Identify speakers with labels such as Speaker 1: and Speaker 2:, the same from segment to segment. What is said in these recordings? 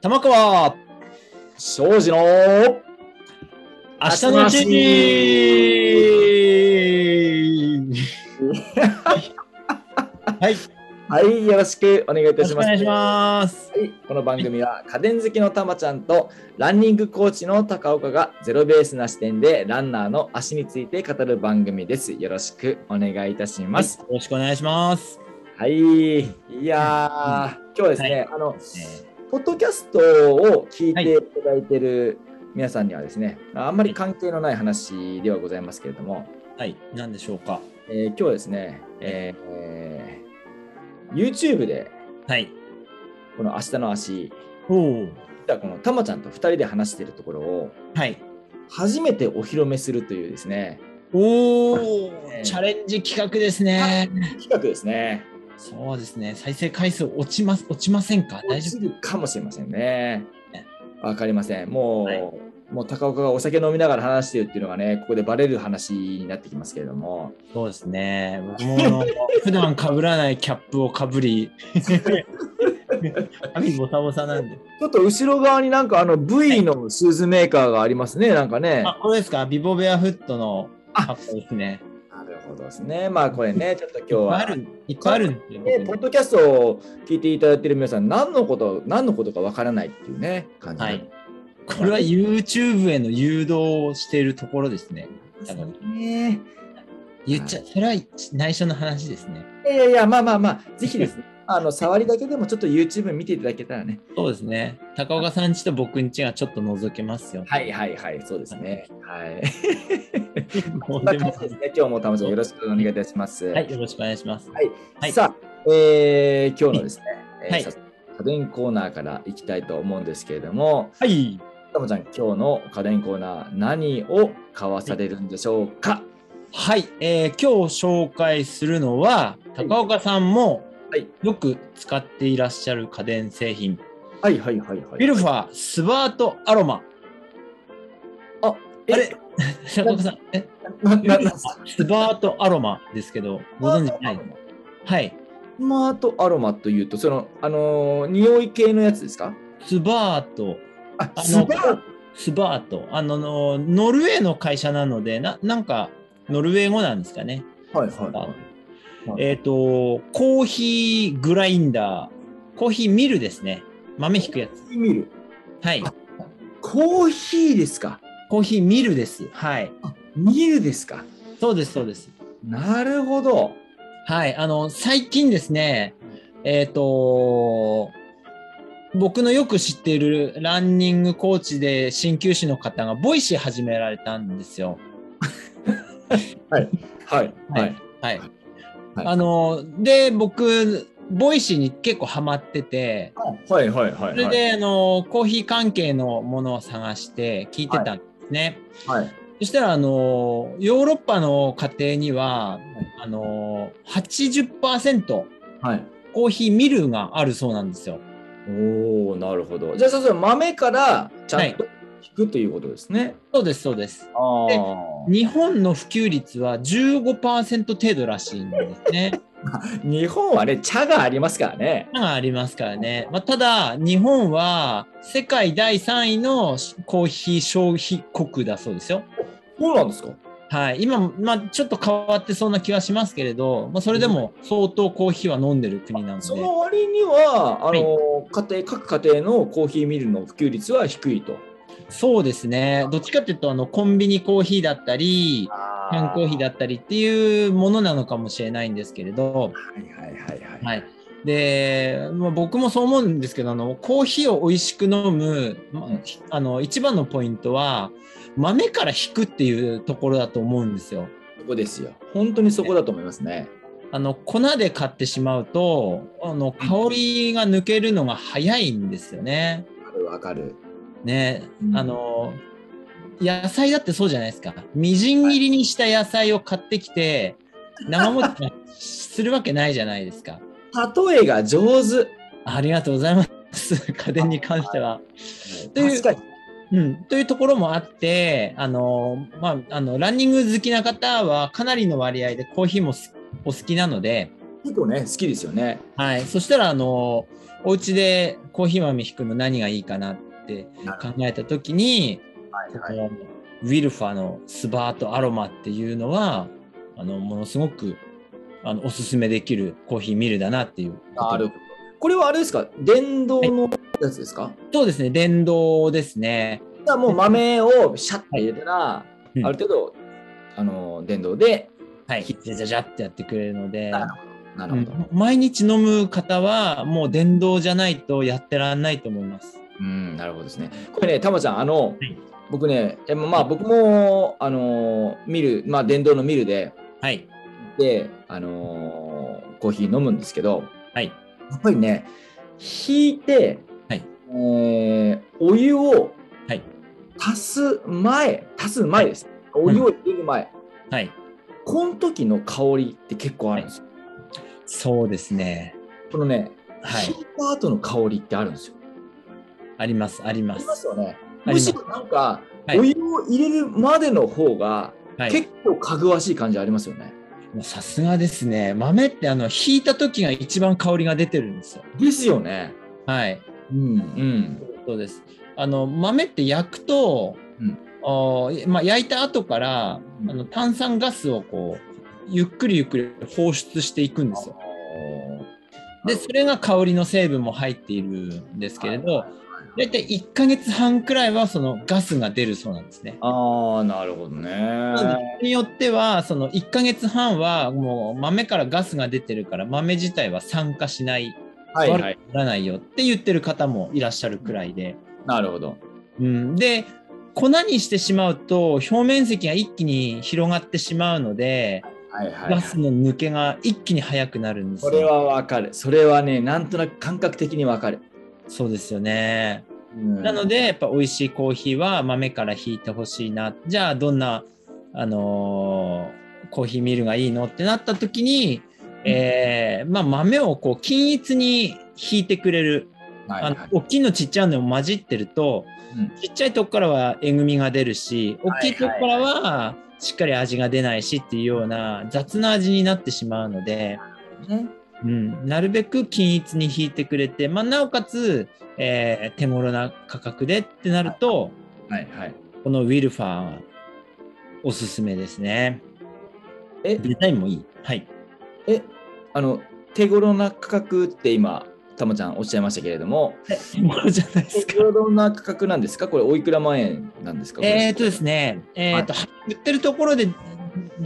Speaker 1: 玉川庄司の明日のうちに はい、
Speaker 2: はい、よろしくお願いい
Speaker 1: よ
Speaker 2: た
Speaker 1: ろし
Speaker 2: し
Speaker 1: くお
Speaker 2: ます。
Speaker 1: 願いします。
Speaker 2: はい、この番組は家電好きのたまちゃんとランニングコーチの高岡がゼロベースな視点でランナーの足について語る番組です。よろしくお願いいたしま。
Speaker 1: ますよろしくお願いします。
Speaker 2: はい、いやー、今日はですね、
Speaker 1: は
Speaker 2: あの、
Speaker 1: え
Speaker 2: ポッドキャストを聞いていただいてる皆さんにはですね、あんまり関係のない話ではございますけれども、
Speaker 1: ーはい、何でしょうか。
Speaker 2: えー今日はですね、えーえー YouTube で
Speaker 1: はい。
Speaker 2: この明日の足、
Speaker 1: おお。
Speaker 2: 実はこのたまちゃんと2人で話しているところを
Speaker 1: はい。
Speaker 2: 初めてお披露目するというですね
Speaker 1: おお、
Speaker 2: えー
Speaker 1: チャレンジ企画ですね。
Speaker 2: 企画ですね
Speaker 1: そうですね。再生回数落ちます落ちませんか。大丈
Speaker 2: するかもしれませんね
Speaker 1: ね
Speaker 2: わかりませんもう、
Speaker 1: はい
Speaker 2: もう高岡がお酒飲みながら話してるっていうのがねここでバレる話になってきますけれども
Speaker 1: 夫。そうですね。僕もあの 普段被らないキャップを被 り、髪ボサボサなんで。
Speaker 2: ちょっと後ろ側になんかあの V のシューズメーカーがありますねなんかね
Speaker 1: あ、これですかビボベアフットの
Speaker 2: あ
Speaker 1: 格好ですね。
Speaker 2: なるほどですねまあこれねちょっと
Speaker 1: いっぱいあ
Speaker 2: 今日は
Speaker 1: る、いっぱいあるんですよ。
Speaker 2: ねポッドキャストを聞いていただいている皆さん何のこと何のことかわからないっていうね感じ
Speaker 1: は。
Speaker 2: ない
Speaker 1: これは YouTube への誘導をしているところですね。多分
Speaker 2: ね
Speaker 1: 言っちゃ、それは内緒の話ですね。
Speaker 2: いやいやいや、まあまあまあ、ぜひですね、あの触りだけでもちょっと YouTube 見ていただけたらね。
Speaker 1: そうですね。高岡さんちと僕んちがちょっと覗けます よ。
Speaker 2: はいはいはい、そうですね。 はい。
Speaker 1: も
Speaker 2: こん
Speaker 1: う
Speaker 2: な
Speaker 1: で
Speaker 2: 感
Speaker 1: も
Speaker 2: じですね、今日もたまちゃんよろしくお願いいたします。
Speaker 1: はい、よろしくお願いします。はい
Speaker 2: さあ、えー今日のですね、えー
Speaker 1: はい
Speaker 2: 早速家電コーナーからいきたいと思うんですけれども、
Speaker 1: はい。
Speaker 2: たまちゃん、今日の家電コーナー、何を買わされるんでしょうか
Speaker 1: はい、えー今日紹介するのは、高岡さんも
Speaker 2: はい
Speaker 1: よく使っていらっしゃる家電製品、
Speaker 2: はいはいはいはい。
Speaker 1: ビルファースバートアロマ。
Speaker 2: あ、
Speaker 1: あれ 高岡さん、え
Speaker 2: な
Speaker 1: ビル
Speaker 2: な
Speaker 1: ファースバートアロマですけど、ご存知ないはい。
Speaker 2: スマートアロマというと、その、あのー匂い系のやつですか
Speaker 1: スバート、
Speaker 2: あ
Speaker 1: あの
Speaker 2: スバート
Speaker 1: スバート。あの、のノルウェーの会社なので、ななんか、ノルウェー語なんですかね。
Speaker 2: はい
Speaker 1: スバート
Speaker 2: はい
Speaker 1: えっ、と、コーヒーグラインダー、コーヒーミルですね。豆引くやつ。
Speaker 2: ミル
Speaker 1: はい。
Speaker 2: コーヒーですか
Speaker 1: コーヒーミルです。はい。
Speaker 2: ミルですか
Speaker 1: そうです、そうです。
Speaker 2: なるほど。
Speaker 1: はい。あの、最近ですね、えっ、と、僕のよく知っているランニングコーチで鍼灸師の方がボイシー始められたんですよ。
Speaker 2: はい。はい。。
Speaker 1: はい。
Speaker 2: はい
Speaker 1: あの、で、僕、ボイシーに結構ハマってて、
Speaker 2: はい。はい。はい。
Speaker 1: それで、あの、コーヒー関係のものを探して聞いてたんですね。
Speaker 2: はい。
Speaker 1: そしたら、あの、ヨーロッパの家庭には、あの、80%
Speaker 2: はい。
Speaker 1: コーヒーミルがあるそうなんですよ。
Speaker 2: おお、なるほど。じゃあ、そうそう、豆からちゃんと引くということですね。
Speaker 1: そうです、そうです。
Speaker 2: あ
Speaker 1: 日本の普及率は15%程度らしいんですね。
Speaker 2: あ。日本はね、茶がありますからね。
Speaker 1: がありますからね。まあ、ただ、日本は世界第3位のコーヒー消費国だそうですよ。
Speaker 2: そうなんですか。
Speaker 1: はい。今、まあ、ちょっと変わってそうな気はしますけれど、まあ、それでも相当コーヒーは飲んでる国なので。
Speaker 2: その割には、あの、家庭、各家庭のコーヒーミルの普及率は低いと。
Speaker 1: そうですね。どっちかっていうと、あの、コンビニコーヒーだったり、缶コーヒーだったりっていうものなのかもしれないんですけれど、
Speaker 2: はい。はい。はい。はい。
Speaker 1: はい。で、まあ、僕もそう思うんですけど、あの、コーヒーを美味しく飲む、まあひあの、一番のポイントは、豆から引くっていうところだと思うんですよ。
Speaker 2: そこですよ。本当にそこだと思いますね。
Speaker 1: あの、粉で買ってしまうと、あの、香りが抜けるのが早いんですよね。
Speaker 2: わかるわかる。
Speaker 1: ね
Speaker 2: う、ん
Speaker 1: あの、野菜だってそうじゃないですか。みじん切りにした野菜を買ってきて、生もちするわけないじゃないですか。
Speaker 2: 例えが上手。
Speaker 1: ありがとうございます。家電に関しては。という
Speaker 2: 確かに。
Speaker 1: うん、というところもあって、あの、まあ、あの、ランニング好きな方はかなりの割合でコーヒーもすお好きなので、
Speaker 2: 結構ね、好きですよね。
Speaker 1: はい。そしたら、あの、お家でコーヒー豆引くの何がいいかなって考えた時に、
Speaker 2: はいはい。
Speaker 1: このウィルファのスバートアロマっていうのは、あの、ものすごく、あの、おすすめできるコーヒーミルだなっていうこと。
Speaker 2: なるほど。これはあれですか電動のやつですか、
Speaker 1: そうですね。電動ですね。
Speaker 2: じゃあもう豆をシャッて入れたら、
Speaker 1: いうん
Speaker 2: ある程度、あの電動で、
Speaker 1: はい。じゃじゃじゃってやってくれるので。
Speaker 2: なるほど。なるほど。
Speaker 1: うん毎日飲む方はもう電動じゃないとやってらんないと思います。
Speaker 2: うん、なるほどですね。これね、たまちゃん、あの、
Speaker 1: い
Speaker 2: 僕ね、えまあ僕も、あの、ミル、まあ電動のミルで、
Speaker 1: はい
Speaker 2: で、あの、コーヒー飲むんですけど、
Speaker 1: はい
Speaker 2: やっぱりね、引いて、
Speaker 1: はい
Speaker 2: えーお湯を
Speaker 1: はい
Speaker 2: 足す前、足す前です。お湯を入れる前、
Speaker 1: はい
Speaker 2: この時の香りって結構あるんですよ。
Speaker 1: そうですね。
Speaker 2: このね、
Speaker 1: はい
Speaker 2: 引いた後の香りってあるんですよ。
Speaker 1: ありますあり
Speaker 2: あ
Speaker 1: ま
Speaker 2: ります
Speaker 1: す。
Speaker 2: よね。
Speaker 1: あり
Speaker 2: む
Speaker 1: ます
Speaker 2: しろなんか、
Speaker 1: はい
Speaker 2: お湯を入れるまでの方が、
Speaker 1: はい。
Speaker 2: 結構かぐわしい感じありますよね。
Speaker 1: もうさすがですね。豆ってあの引いた時が一番香りが出てるんですよ。
Speaker 2: ですよね。
Speaker 1: はい。
Speaker 2: うんうん。
Speaker 1: そうです。あの豆って焼くと、
Speaker 2: うん
Speaker 1: あーまあ焼いた後から
Speaker 2: うん
Speaker 1: あの炭酸ガスをこうゆっくりゆっくり放出していくんですよ。でそれが香りの成分も入っているんですけれど、大体1ヶ月半くらいはそのガスが出るそうなんですね。
Speaker 2: ああ、なるほどね。
Speaker 1: なので人によってはその1ヶ月半はもう豆からガスが出てるから豆自体は酸化しない、
Speaker 2: はいは
Speaker 1: 悪
Speaker 2: い。
Speaker 1: くならないよって言ってる方もいらっしゃるくらいで。
Speaker 2: なるほど。
Speaker 1: うん、で粉にしてしまうと表面積が一気に広がってしまうので、
Speaker 2: はいはい、
Speaker 1: ガスの抜けが一気に速くなるんです
Speaker 2: そ
Speaker 1: よ。
Speaker 2: れはわかる。それはね、なんとなく感覚的にわかる。
Speaker 1: そうですよね。
Speaker 2: うん
Speaker 1: なので、やっぱ美味しいコーヒーは豆から引いてほしいな。じゃあ、どんな、あのーコーヒーミルがいいのってなった時に、えーまあ、豆をこう均一に引いてくれる。
Speaker 2: はい
Speaker 1: あ
Speaker 2: はい
Speaker 1: の大きいのちっちゃいのも混じってると、
Speaker 2: うん
Speaker 1: ちっちゃいとこからはえぐみが出るし、大きいとこからはしっかり味が出ないしっていうような雑な味になってしまうので、
Speaker 2: ね
Speaker 1: うん、なるべく均一に引いてくれて、まあ、なおかつ、えー手頃な価格でってなると、
Speaker 2: はいはい。
Speaker 1: このウィルファーがおすすめですね。
Speaker 2: え、
Speaker 1: デザインもいい。 はい。
Speaker 2: え、あの、手頃な価格って今、たまちゃんおっしゃいましたけれども、
Speaker 1: ものじゃないです
Speaker 2: 手
Speaker 1: か。
Speaker 2: 頃な価格なんですかこれ、おいくら万円なんですか
Speaker 1: えっとです
Speaker 2: ね。
Speaker 1: ね、えっと、売ってるところで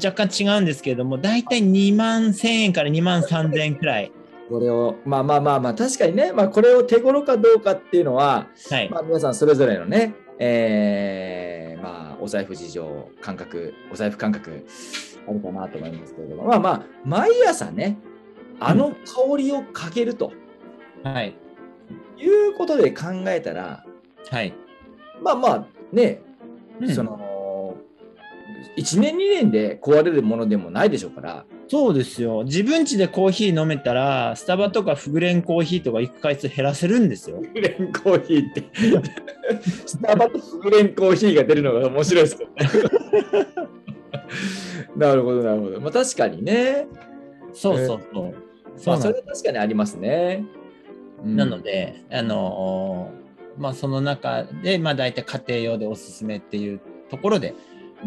Speaker 1: 若干違うんですけれども、だいたい2万1000円から2万3000円くらい。
Speaker 2: これを、まあまあまあまあ、確かにね、まあ、これを手頃かどうかっていうのは、
Speaker 1: はい。
Speaker 2: まあ、皆さんそれぞれのね、えーまあ、お財布事情、感覚、お財布感覚、あるかなと思いますけれども、まあまあ、毎朝ね、あの香りをかけると
Speaker 1: はい。
Speaker 2: いうことで考えたら、
Speaker 1: はい。
Speaker 2: まあまあ、ね、
Speaker 1: うん
Speaker 2: その、1年、2年で壊れるものでもないでしょうから、
Speaker 1: そうですよ。自分家でコーヒー飲めたら、スタバとかフグレンコーヒーとか行く回数減らせるんですよ。
Speaker 2: フグレンコーヒーって、 スタバとフグレンコーヒーが出るのが面白いですけどね。 なるほど、なるほど。まあ確かにね。
Speaker 1: そうそうそう。
Speaker 2: ま
Speaker 1: そう
Speaker 2: あ、
Speaker 1: な
Speaker 2: そ
Speaker 1: んで
Speaker 2: れは確かにありますね。
Speaker 1: すなので、あのーまあ、その中で、まあ、大体家庭用でおすすめっていうところで、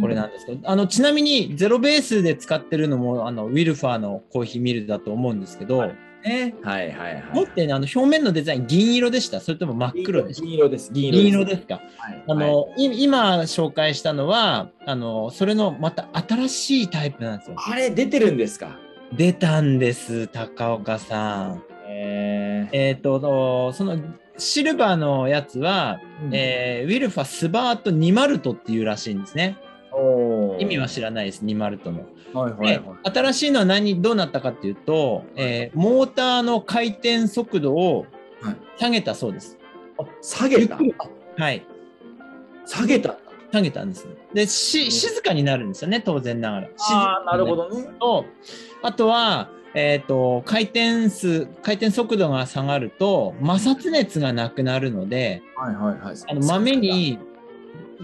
Speaker 1: これなんですけど、あのちなみにゼロベースで使ってるのもあのウィルファーのコーヒーミルだと思うんですけど、
Speaker 2: ね。はいはいはい。
Speaker 1: 持ってねあの表面のデザイン銀色でしたそれとも真っ黒でした
Speaker 2: 銀色です。銀色
Speaker 1: 銀色ですか
Speaker 2: はい
Speaker 1: あ
Speaker 2: はい
Speaker 1: の、い今紹介したのはあのそれのまた新しいタイプなんですよ
Speaker 2: あれ出てるんですか
Speaker 1: 出たんです高岡さん
Speaker 2: え
Speaker 1: えっ、とそのシルバーのやつは、
Speaker 2: ー
Speaker 1: えーウィルファスバートニマルトっていうらしいんですね
Speaker 2: おー
Speaker 1: 意味は知らないですニマルトの、
Speaker 2: はいはいはい。
Speaker 1: で新しいのは何どうなったかっていうと、えーモーターの回転速度を
Speaker 2: はい
Speaker 1: 下げたそうです
Speaker 2: あ下げた
Speaker 1: ゆっくりはい
Speaker 2: 下げた。
Speaker 1: 下げたんです。で、し静かになるんですよね、当然ながら。静か
Speaker 2: ああ、なるほどね。
Speaker 1: と、あとは、えっ、と、回転数、回転速度が下がると、摩擦熱がなくなるので、
Speaker 2: はいはいはい。
Speaker 1: あの豆。に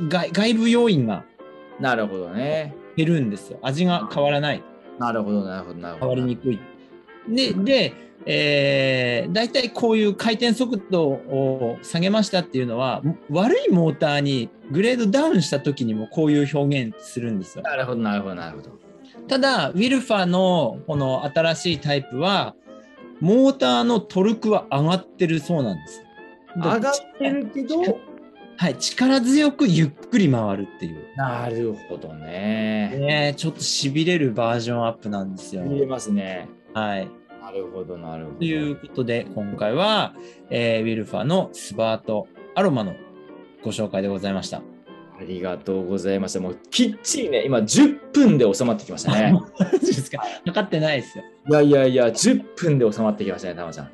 Speaker 1: 外外部要因が
Speaker 2: なるほどね。
Speaker 1: 減るんですよ。味が変わらない、
Speaker 2: なるほどなるほどな
Speaker 1: 変
Speaker 2: るほど。
Speaker 1: わりにくい。で、で、えー、大体こういう回転速度を下げましたっていうのは、悪いモーターにグレードダウンした時にもこういう表現するんですよ。
Speaker 2: なるほど、なるほど、なるほど。
Speaker 1: ただ、ウィルファのこの新しいタイプは、モーターのトルクは上がってるそうなんです。
Speaker 2: 上がってるけど、
Speaker 1: はい、力強くゆっくり回るっていう。
Speaker 2: なるほどね。
Speaker 1: ね、ちょっと痺れるバージョンアップなんですよ。
Speaker 2: 見えますね。
Speaker 1: はい。
Speaker 2: なるほど、なるほど。
Speaker 1: ということで、今回は、えーウィルファのスバートアロマのご紹介でございました。
Speaker 2: ありがとうございました。もうきっちりね、今10分で収まってきました ね。
Speaker 1: マジですかかかってないですよ。
Speaker 2: いやいやいや、10分で収まってきましたね、たまちゃん。い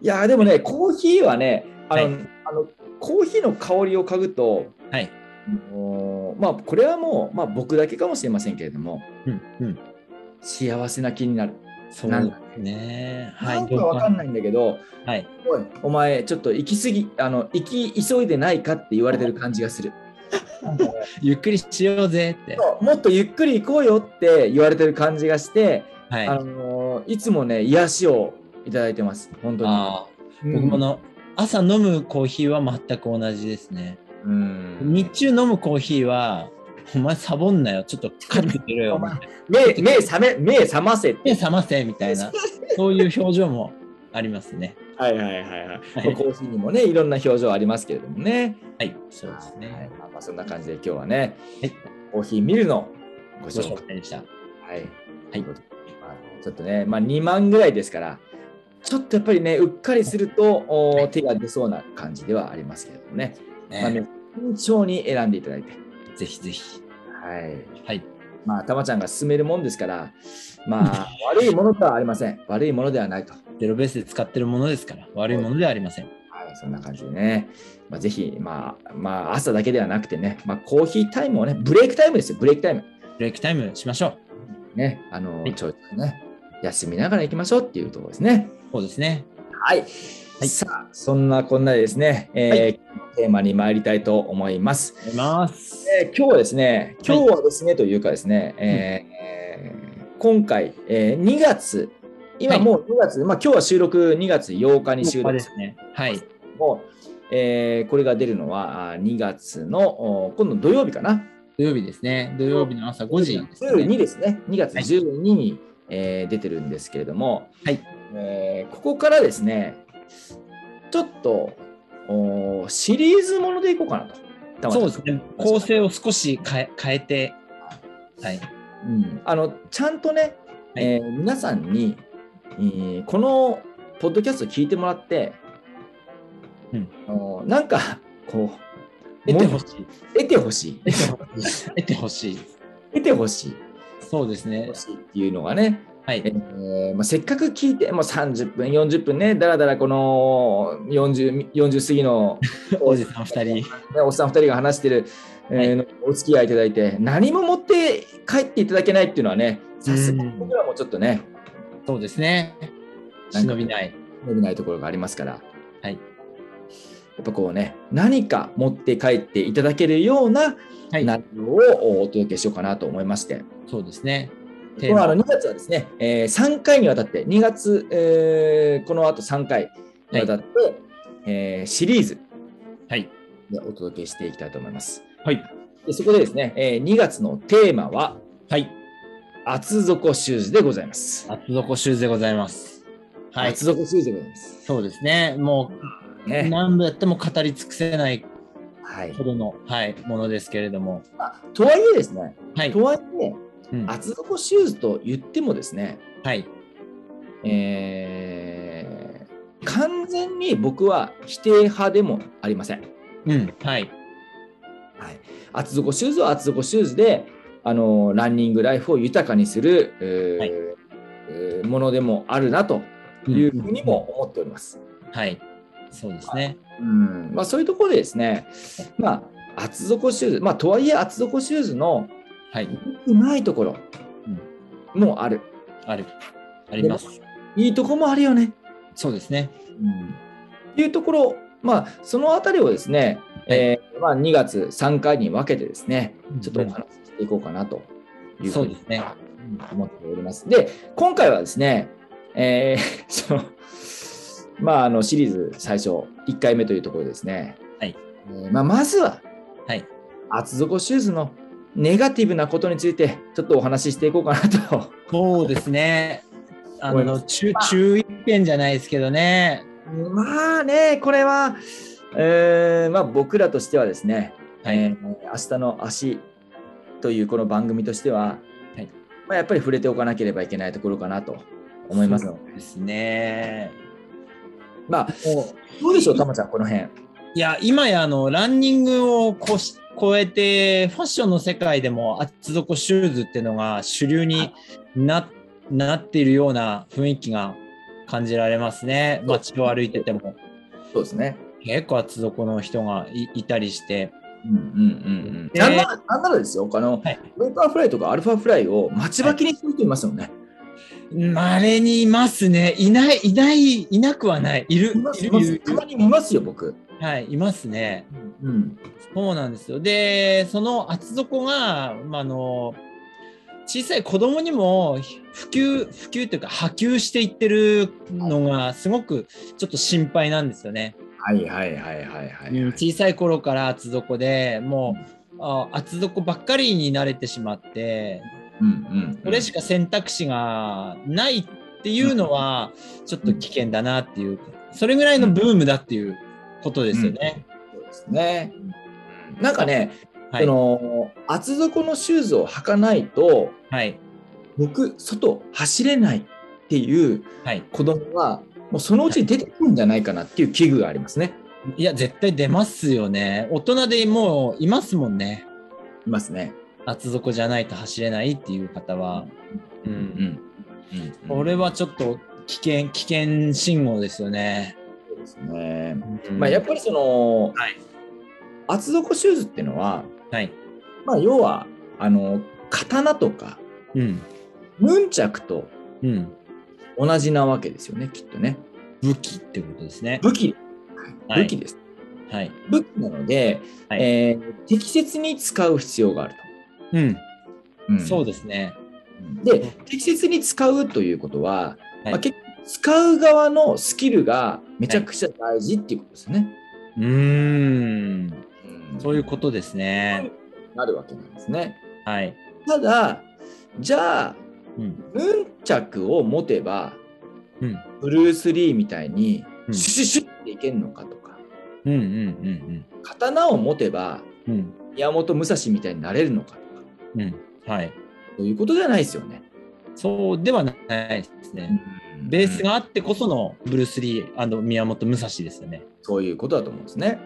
Speaker 2: やー、でもね、コーヒーはね、あの、
Speaker 1: はい
Speaker 2: あのコーヒーの香りを嗅ぐと、
Speaker 1: はい。
Speaker 2: もうまあ、これはもう、まあ、僕だけかもしれませんけれども、
Speaker 1: うんうん。
Speaker 2: 幸せな気になる。
Speaker 1: そうですね。は
Speaker 2: なん
Speaker 1: い。
Speaker 2: かわかんないんだけど、
Speaker 1: はい。
Speaker 2: おい、お前、ちょっと行き過ぎ、あの、行き急いでないかって言われてる感じがする。
Speaker 1: ゆっくりしようぜって。
Speaker 2: そうもっとゆっくり行こうよって言われてる感じがして、
Speaker 1: はい。
Speaker 2: あ
Speaker 1: あ
Speaker 2: のーいつもね、癒しをいただいてます、本当に。
Speaker 1: あ
Speaker 2: う
Speaker 1: ー、
Speaker 2: ん
Speaker 1: 僕もあ、の、朝飲むコーヒーは全く同じですね。
Speaker 2: うん、
Speaker 1: 日中飲むコーヒーは、お前サボんなよ。ちょっとカッてくれよ。
Speaker 2: お前
Speaker 1: みたいな
Speaker 2: 目、目覚め、目覚ませって。
Speaker 1: 目覚ませみたいな、 そういう表情もありますね。
Speaker 2: はいはいはいはい。
Speaker 1: はい
Speaker 2: コーヒーにもね、いろんな表情ありますけれどもね。
Speaker 1: はい。そうですね。
Speaker 2: はいまあ、そんな感じで今日はね、
Speaker 1: はい
Speaker 2: コーヒー見るのご
Speaker 1: ご
Speaker 2: 紹介。
Speaker 1: 紹介でした。
Speaker 2: はい。
Speaker 1: はい
Speaker 2: まあちょっとね、まあ2万ぐらいですから、ちょっとやっぱりね、うっかりすると、おー手が出そうな感じではありますけれどもね。まあ、
Speaker 1: ね
Speaker 2: 慎重に選んでいただいて。
Speaker 1: ぜひぜひ。
Speaker 2: はい。
Speaker 1: はい。
Speaker 2: まあ、たまちゃんが勧めるもんですから、まあ、悪いものではありません。悪いものではないと。
Speaker 1: ゼロベースで使ってるものですから、悪いものではありません。
Speaker 2: はい、そんな感じでね、まあ、ぜひ、まあ、まあ、朝だけではなくてね、まあ、コーヒータイムをね、ブレイクタイムですよ、ブレイクタイム。
Speaker 1: ブレイクタイムしましょ
Speaker 2: ね、あの、
Speaker 1: はい
Speaker 2: ちょいちょいね、休みながら行きましょうっていうところですね。
Speaker 1: う。そうですね。
Speaker 2: はい。
Speaker 1: はい
Speaker 2: さあ、そんなこんなでですね、えー
Speaker 1: は
Speaker 2: 今日のテーマに参りたいと思います。
Speaker 1: あります。
Speaker 2: えー今日はですね、今日はですね、というかですね、えー今回、えー2月、今
Speaker 1: はい
Speaker 2: もう2月、まあ今日は収録2月8日に収
Speaker 1: ここ
Speaker 2: 録
Speaker 1: ですすね。はい。
Speaker 2: もう、えーこれが出るのはあー2月のお今度土曜日かな
Speaker 1: 土曜日ですね。土曜日の朝5時ですね、
Speaker 2: 12ですね2月12に、えー出てるんですけれども、
Speaker 1: はい
Speaker 2: えーここからですねちょっとおーシリーズものでいこうかなと。
Speaker 1: そうですね。構成を少し変え変えて、はい。
Speaker 2: うん、あのちゃんとね、
Speaker 1: はい
Speaker 2: えー皆さんに、えーこのポッドキャスト聞いてもらって、
Speaker 1: うん
Speaker 2: おーなんかこう
Speaker 1: 得てほしい。
Speaker 2: 得てほしい
Speaker 1: 得てほしい。
Speaker 2: 得てほしい
Speaker 1: そうですね
Speaker 2: 欲。しいっていうのがね、
Speaker 1: はい
Speaker 2: え。ーまあ、せっかく聞いてもう30分40分ねだらだらこの 40, 40過ぎ の
Speaker 1: おじさん2人。
Speaker 2: ねおっさん2人が話してる、えーのお付き合いいただいて何も持って帰っていただけないっていうのはねさすがに僕らもちょっとね
Speaker 1: そうですね。忍びない。
Speaker 2: 伸びないところがありますから、
Speaker 1: はい
Speaker 2: やっぱこうね何か持って帰っていただけるような
Speaker 1: はい。
Speaker 2: 内容をお届けしようかなと思いまして。
Speaker 1: そうですね。テ
Speaker 2: こ
Speaker 1: ー
Speaker 2: のあ
Speaker 1: マ。
Speaker 2: の2月はですね、えー3回にわたって、2月、えーこの後3回にわたって、えーシリーズ
Speaker 1: はい。
Speaker 2: でお届けしていきたいと思います。
Speaker 1: はい。
Speaker 2: でそこでですね、え2月のテーマは、
Speaker 1: はい。
Speaker 2: 厚底シューズでございます。
Speaker 1: 厚底シューズでございます。はい。
Speaker 2: 厚底シューズでございます。
Speaker 1: そうですね。もう、
Speaker 2: ね
Speaker 1: 何部やっても語り尽くせない
Speaker 2: はい
Speaker 1: ほどの、はい、ものですけれども。
Speaker 2: まあとはいえですね、
Speaker 1: はい
Speaker 2: と。はいえ、
Speaker 1: うん
Speaker 2: 厚底シューズと言ってもですね、
Speaker 1: はい。
Speaker 2: えー完全に僕は否定派でもありません。
Speaker 1: うん。はい。
Speaker 2: はい、厚底シューズは厚底シューズで、あのーランニングライフを豊かにする、えー
Speaker 1: はい
Speaker 2: えーものでもあるなというふうにも思っております。
Speaker 1: はい。そうですね。
Speaker 2: うんまあ、そういうところでですね、まあ、厚底シューズ、まあ、とはいえ厚底シューズの
Speaker 1: はい。
Speaker 2: うまいところもある、
Speaker 1: ある。あります。
Speaker 2: いいとこもあるよね、
Speaker 1: そうですね。
Speaker 2: っていうところ、まあ、そのあたりをですね、えーまあ、2月3回に分けてですね、ちょっとお話ししていこうかなというふ
Speaker 1: そうう
Speaker 2: に
Speaker 1: ですね。
Speaker 2: 思っております。で、今回はですね、えー そのまあ、あのシリーズ最初1回目というところですね、
Speaker 1: はい
Speaker 2: えーまあ、まずは、
Speaker 1: はい
Speaker 2: 厚底シューズのネガティブなことについてちょっとお話ししていこうかな と
Speaker 1: そうですね。あ
Speaker 2: 思いま
Speaker 1: の注注意点じゃないですけどね。
Speaker 2: まあねこれは、えーまあ、僕らとしてはですね、
Speaker 1: はい
Speaker 2: えー明日の足というこの番組としては、
Speaker 1: はい
Speaker 2: まあ、やっぱり触れておかなければいけないところかなと思いますので
Speaker 1: そうですね。
Speaker 2: まあ
Speaker 1: もう
Speaker 2: どうでしょうたまちゃんこの辺
Speaker 1: いや今やあのランニングをこし超えてファッションの世界でも厚底シューズっていうのが主流にななっているような雰囲気が感じられますね街を歩いてても
Speaker 2: そうですね
Speaker 1: 結構厚底の人がいいたりして
Speaker 2: うんうんうんうん
Speaker 1: で
Speaker 2: なんならなんならですよ、あの、
Speaker 1: はい
Speaker 2: ウェーパーフライとかアルファフライを待ちばきにする人いますよね。
Speaker 1: まれにいますねいないいないいなくはないいる
Speaker 2: います、い
Speaker 1: い
Speaker 2: ま
Speaker 1: る
Speaker 2: す。
Speaker 1: い
Speaker 2: た
Speaker 1: る
Speaker 2: まに見ますよ、僕。
Speaker 1: はいいますね
Speaker 2: うん。
Speaker 1: そうなんですよ。で、その厚底が、まあ、あの小さい子供にも普及、普及というか波及していってるのがすごくちょっと心配なんですよね。
Speaker 2: はいはいはいはいは
Speaker 1: うん小さい頃から厚底でもうあ厚底ばっかりに慣れてしまって、
Speaker 2: うん
Speaker 1: それしか選択肢がないっていうのはちょっと危険だなっていう、それぐらいのブームだっていうことですよね。
Speaker 2: そうですね。なんかね、
Speaker 1: はい
Speaker 2: そ。の厚底のシューズを履かないと、
Speaker 1: はい。
Speaker 2: 僕、外走れないっていう
Speaker 1: はい。
Speaker 2: 子供は、もうそのうちに出てくるんじゃないかなっていう危惧がありますね。
Speaker 1: いや、絶対出ますよね。大人でもういますもんね。
Speaker 2: いますね。
Speaker 1: 厚底じゃないと走れないっていう方は。う。
Speaker 2: うんうん。うん
Speaker 1: これはちょっと危険、危険信号ですよね。
Speaker 2: そうですね。まあ、やっぱりその、
Speaker 1: はい
Speaker 2: 厚底シューズっていうのは、
Speaker 1: はい。
Speaker 2: まあ、要はあの刀とか
Speaker 1: うん。
Speaker 2: ヌンチャクと
Speaker 1: うん。
Speaker 2: 同じなわけですよねきっとね
Speaker 1: 武器ってことですね。
Speaker 2: 武器、
Speaker 1: はい
Speaker 2: 武器です
Speaker 1: はい。
Speaker 2: 武器なので、
Speaker 1: はい
Speaker 2: えー適切に使う必要があると、
Speaker 1: うん。
Speaker 2: うん
Speaker 1: そうですね。
Speaker 2: で適切に使うということは、
Speaker 1: はい
Speaker 2: まあ、結局使う側のスキルがめちゃくちゃ大事っていうことですね、
Speaker 1: うーん。
Speaker 2: うん
Speaker 1: そういうことですね。
Speaker 2: なるわけなんですね
Speaker 1: はい。
Speaker 2: ただじゃあ
Speaker 1: うん。
Speaker 2: ヌンチャクを持てば
Speaker 1: うん。
Speaker 2: ブルース・リーみたいに
Speaker 1: うん
Speaker 2: シュシュシュっていけんのかとか、
Speaker 1: うん。うん。
Speaker 2: 刀を持てば
Speaker 1: うん。うん。
Speaker 2: 宮本武蔵みたいになれるのかとか
Speaker 1: うん。うん。はい。
Speaker 2: ということじゃないですよね。
Speaker 1: そうではないですね。ベースがあってこそのブルース・リー宮本武蔵ですよね。
Speaker 2: そういうことだと思うんですね。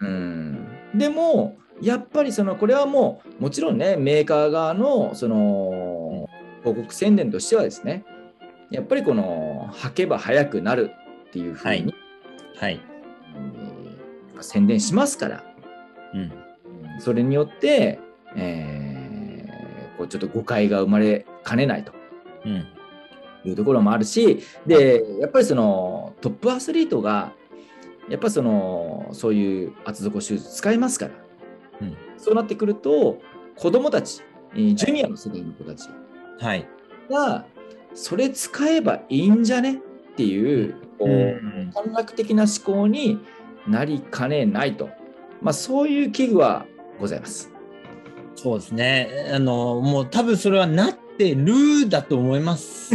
Speaker 2: うんでもやっぱりそのこれはもうもちろんねメーカー側のその広告宣伝としてはですねやっぱりこの履けば速くなるっていうふうに、
Speaker 1: はいはい。
Speaker 2: うんやっぱ宣伝しますから。
Speaker 1: うん。
Speaker 2: それによって、えーこうちょっと誤解が生まれかねないと
Speaker 1: うん。
Speaker 2: いうところもあるしでやっぱりそのトップアスリートがやっぱそのそういう厚底シューズ使いますから、
Speaker 1: うん
Speaker 2: そうなってくると子供たちえージュニアの世代の子たち
Speaker 1: はい。
Speaker 2: がそれ使えばいいんじゃねっていうこう、
Speaker 1: うん
Speaker 2: 短絡的な思考になりかねないと、まあ、そういう危惧はございます。
Speaker 1: そうですね。あの、もう多分それはなってるだと思い ます。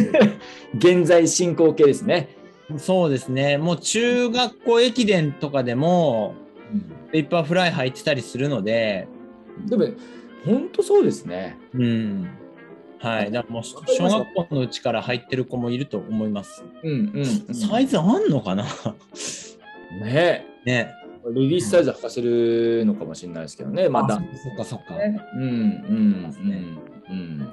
Speaker 2: 現在進行形ですね。
Speaker 1: そうですね。もう中学校駅伝とかでも、ペーパーフライ履いてたりするので、
Speaker 2: でも本当そうですね。
Speaker 1: うん。はい。だからもう小学校のうちから履いてる子もいると思います。
Speaker 2: うんうん、
Speaker 1: サイズあんのかな
Speaker 2: ね
Speaker 1: ね。
Speaker 2: リリースサイズ履かせるのかもしれないですけどね、まだ。ね、
Speaker 1: そっかそっか。
Speaker 2: うんうんうんうん。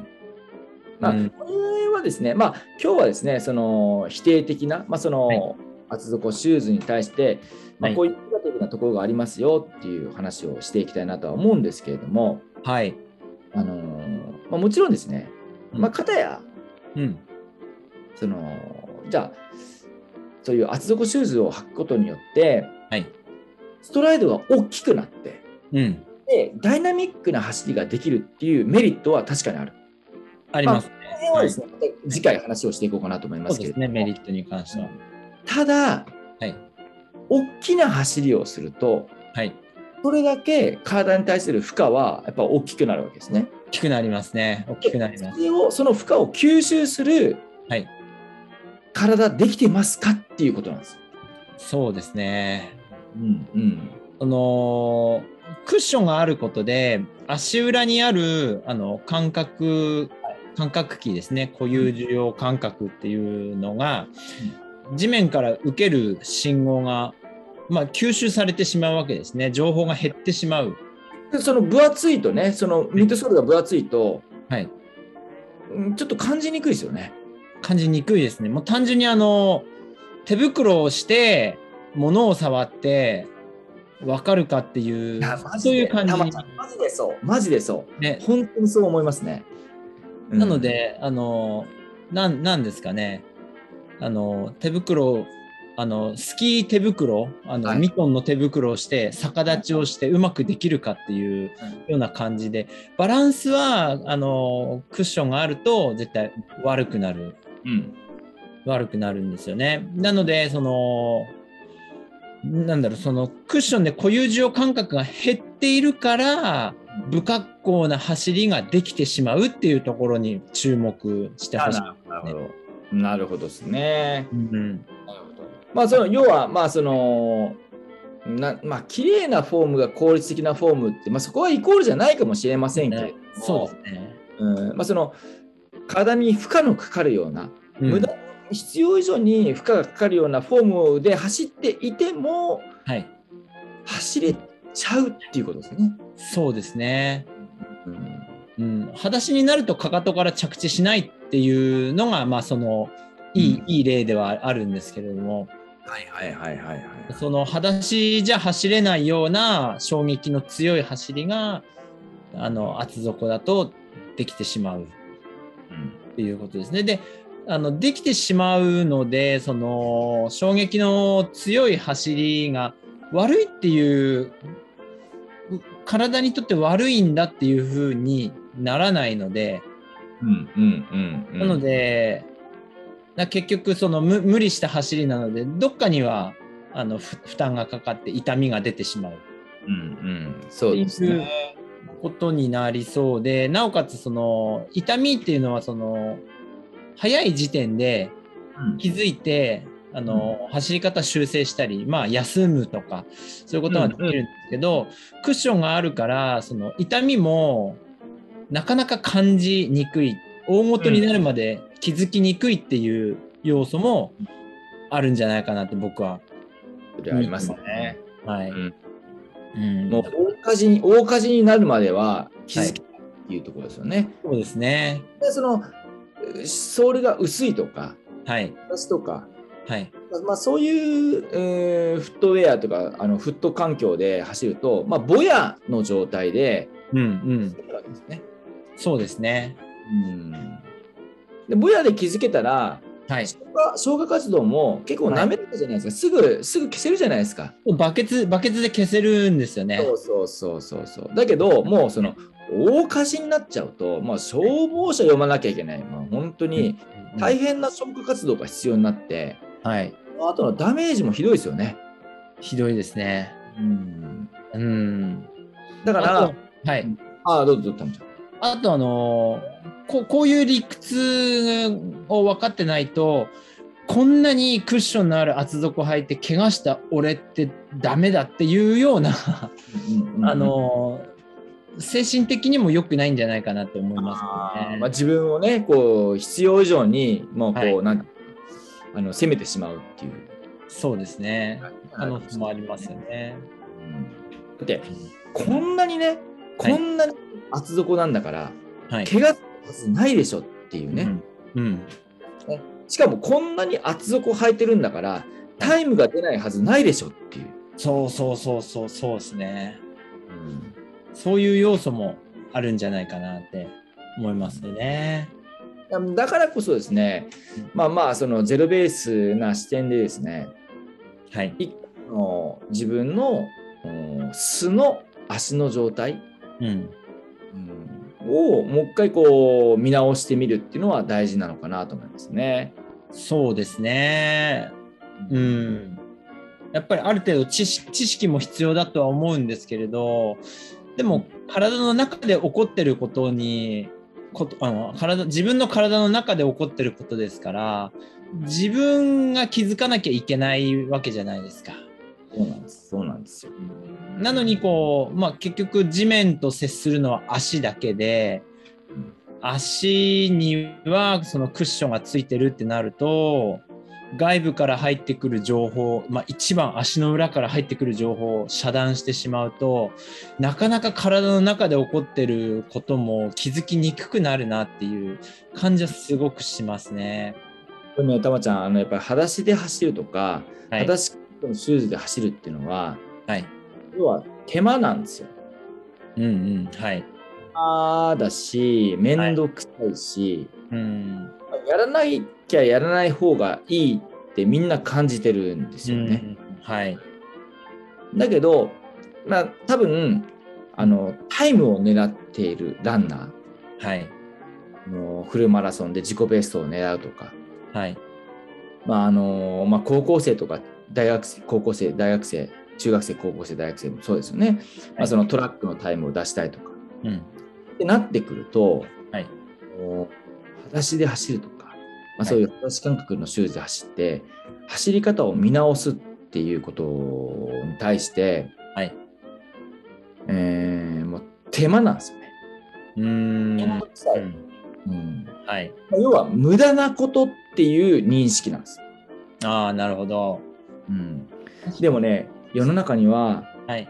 Speaker 2: まあ、
Speaker 1: うん
Speaker 2: これはですね、まあ、今日はですね、その否定的な、まあ、その、
Speaker 1: はい
Speaker 2: 厚底シューズに対して、まあ、
Speaker 1: はい
Speaker 2: こういうネガティブなところがありますよっていう話をしていきたいなとは思うんですけれども、
Speaker 1: はい。
Speaker 2: あのーまあ、もちろんですね、まあ、かたや
Speaker 1: うん。
Speaker 2: そのじゃあそういう厚底シューズを履くことによって、
Speaker 1: はい
Speaker 2: ストライドが大きくなって
Speaker 1: うん。
Speaker 2: でダイナミックな走りができるっていうメリットは確かにある。
Speaker 1: ありますね。
Speaker 2: この辺はですね、また次回話をしていこうかなと思いま
Speaker 1: そう
Speaker 2: すけ
Speaker 1: です
Speaker 2: れども、
Speaker 1: ね、メリットに関しては。
Speaker 2: ただ、
Speaker 1: はい
Speaker 2: 大きな走りをすると、
Speaker 1: はい。
Speaker 2: それだけ体に対する負荷はやっぱ大きくなるわけですね。
Speaker 1: 大きくなりますね。大きくなります。
Speaker 2: それをその負荷を吸収する
Speaker 1: はい
Speaker 2: 体できてますかっていうことなんですよ。
Speaker 1: そうですね。
Speaker 2: うんうん
Speaker 1: そのクッションがあることで足裏にあるあの感覚感覚器ですね固有受容感覚っていうのが、地面から受ける信号が、まあ、吸収されてしまうわけですね情報が減ってしまう
Speaker 2: でその分厚いとね、そのミッドソールが分厚いと、
Speaker 1: はい
Speaker 2: うんちょっと感じにくいですよね。
Speaker 1: 感じにくいですねもう単純にあの手袋をして物を触って分かるかっていうそういう感じ
Speaker 2: タマ
Speaker 1: に
Speaker 2: ちゃんマジでそう。マジでそう。
Speaker 1: ね
Speaker 2: 本当にそう思いますね。うん
Speaker 1: なの、で、あの、なん、なんですかね。あの、手袋、あの、スキー手袋、あの、
Speaker 2: はい
Speaker 1: ミトンの手袋をして、逆立ちをして、うまくできるかっていうような感じで、バランスは、あの、クッションがあると、絶対悪くなる、
Speaker 2: うん、
Speaker 1: 悪くなるんですよね。なので、その、なんだろう、その、クッションで固有需要感覚が減っているから、不格好な走りができてしまうっていうところに注目してほしい。
Speaker 2: なるほど。なるほどですね。
Speaker 1: うん、
Speaker 2: まあその要はまあそのなまあ綺麗なフォームが効率的なフォームってまあそこはイコールじゃないかもしれませんけれども、
Speaker 1: そうですね。
Speaker 2: うんまあその体に負荷のかかるような、
Speaker 1: うん
Speaker 2: 無駄必要以上に負荷がかかるようなフォームで走っていても
Speaker 1: はい、
Speaker 2: 走れちゃうっていうことですね。
Speaker 1: そうですね。
Speaker 2: うん
Speaker 1: うん、裸足になるとかかとから着地しないっていうのが、まあ、そのいい、
Speaker 2: うん
Speaker 1: いい例ではあるんですけれども、
Speaker 2: はいはいはいはいはい。
Speaker 1: その裸足じゃ走れないような衝撃の強い走りが、あの厚底だとできてしまう。
Speaker 2: うん
Speaker 1: っていうことですね。であのできてしまうのでその衝撃の強い走りが悪いっていうう体にとって悪いんだっていうふうにならないので
Speaker 2: うんうんうん
Speaker 1: なの、で、な結局その無無理した走りなのでどっかにはあのふ負担がかかって痛みが出てしまう。
Speaker 2: うんうん、そうですね。
Speaker 1: ことになりそうでなおかつその痛みっていうのはその早い時点で
Speaker 2: うん
Speaker 1: 気づいてあの、走り方修正したり、まあ、休むとかそういうことができるんですけど、クッションがあるからその痛みもなかなか感じにくい大元になるまで気づきにくいっていう要素もあるんじゃないかなって僕は、
Speaker 2: それありますね。
Speaker 1: はい
Speaker 2: うん
Speaker 1: うん
Speaker 2: もう大火事に大火事になるまでは気づけないっていうところですよね。
Speaker 1: そうですね
Speaker 2: でそのうソールが薄いとか、
Speaker 1: はい
Speaker 2: 私とか、
Speaker 1: はい
Speaker 2: まあまあ、そういう、えーフットウェアとかあのフット環境で走ると、まあ、ぼやの状態で
Speaker 1: うんうん
Speaker 2: 走るわけですね。
Speaker 1: そうですね
Speaker 2: うんでぼやで気づけたら
Speaker 1: はい
Speaker 2: 消化消化活動も結構なめらかじゃないですか、すぐすぐ消せるじゃないですか。
Speaker 1: バケツバケツで消せるんですよね
Speaker 2: そうそうそうそうそう。だけど、もうその、大火事になっちゃうと、まあ、消防車読まなきゃいけない。まあ、本当に
Speaker 1: うん
Speaker 2: 大変な消火活動が必要になって、
Speaker 1: はい
Speaker 2: その後のダメージもひどいですよね。
Speaker 1: ひどいですね
Speaker 2: うん。
Speaker 1: うん
Speaker 2: だから、
Speaker 1: はい
Speaker 2: ああ、どうぞ、どうぞ、たむちゃん。
Speaker 1: あとあのーこうこういう理屈を分かってないとこんなにクッションのある厚底履いて怪我した俺ってダメだっていうようなあのー精神的にも良くないんじゃないかなって思いま
Speaker 2: あ
Speaker 1: す
Speaker 2: ー、
Speaker 1: ね。
Speaker 2: まあ、自分をね、こう、必要以上に、もう、こう、
Speaker 1: はい
Speaker 2: なんあの、攻めてしまうっていう。
Speaker 1: そうですね。可能性もありますよね。
Speaker 2: うんだって、こんなにね、
Speaker 1: はい
Speaker 2: こんなに厚底なんだから、
Speaker 1: はい。
Speaker 2: 怪我するはずないでしょっていうね。
Speaker 1: うん。うん
Speaker 2: しかもこんなに厚底を履いてるんだから、タイムが出ないはずないでしょっていう。
Speaker 1: そうそうそうそうそうですね。そういう要素もあるんじゃないかなって思いますよね。
Speaker 2: だからこそですね
Speaker 1: うん、
Speaker 2: まあまあ、そのゼロベースな視点でですね、
Speaker 1: はい。
Speaker 2: あの自分のうん素の足の状態、
Speaker 1: うん。
Speaker 2: うんをもう一回こう見直してみるっていうのは大事なのかなと思いますね。
Speaker 1: そうですね。うん。やっぱりある程度知識知識も必要だとは思うんですけれど、でも体の中で起こってることに、ことあの体自分の体の中で起こってることですから、自分が気づかなきゃいけないわけじゃないですか。
Speaker 2: そうなんです。そうなんですよ。
Speaker 1: なのにこう、まあ、結局地面と接するのは足だけで
Speaker 2: うん
Speaker 1: 足にはそのクッションがついてるってなると外部から入ってくる情報、まあ、一番足の裏から入ってくる情報を遮断してしまうとなかなか体の中で起こってることも気づきにくくなるなっていう感じはすごくしますね。
Speaker 2: でもね、たまちゃん、あのやっぱり裸足で走るとか、
Speaker 1: はい
Speaker 2: 裸足のシューズで走るっていうのは、
Speaker 1: はい。
Speaker 2: 要は手間なんですよ。
Speaker 1: うんうん。はい。
Speaker 2: あーだし、めんどくさいし、
Speaker 1: うん。
Speaker 2: やらないきゃやらない方がいいってみんな感じてるんですよね。
Speaker 1: うんはい。
Speaker 2: だけど、まあ、多分あのタイムを狙っているランナー
Speaker 1: はい。
Speaker 2: あのフルマラソンで自己ベストを狙うとか、
Speaker 1: はい。
Speaker 2: まああのまあ、高校生とか大学生高校生大学生中学生高校生大学生もそうですよね、まあ、そのトラックのタイムを出したいとか
Speaker 1: うん。
Speaker 2: ってなってくると、
Speaker 1: はい
Speaker 2: もう裸足で走るとか、まあ、そういう裸足感覚のシューズで走って、走り方を見直すっていうことに対して、
Speaker 1: はい
Speaker 2: えーもう手間なんですよね。
Speaker 1: うーん。
Speaker 2: 手間くさいうん
Speaker 1: はい。
Speaker 2: まあ要は無駄なことっていう認識なんです。
Speaker 1: ああ、なるほど。
Speaker 2: うん、でもね世の中には
Speaker 1: はい。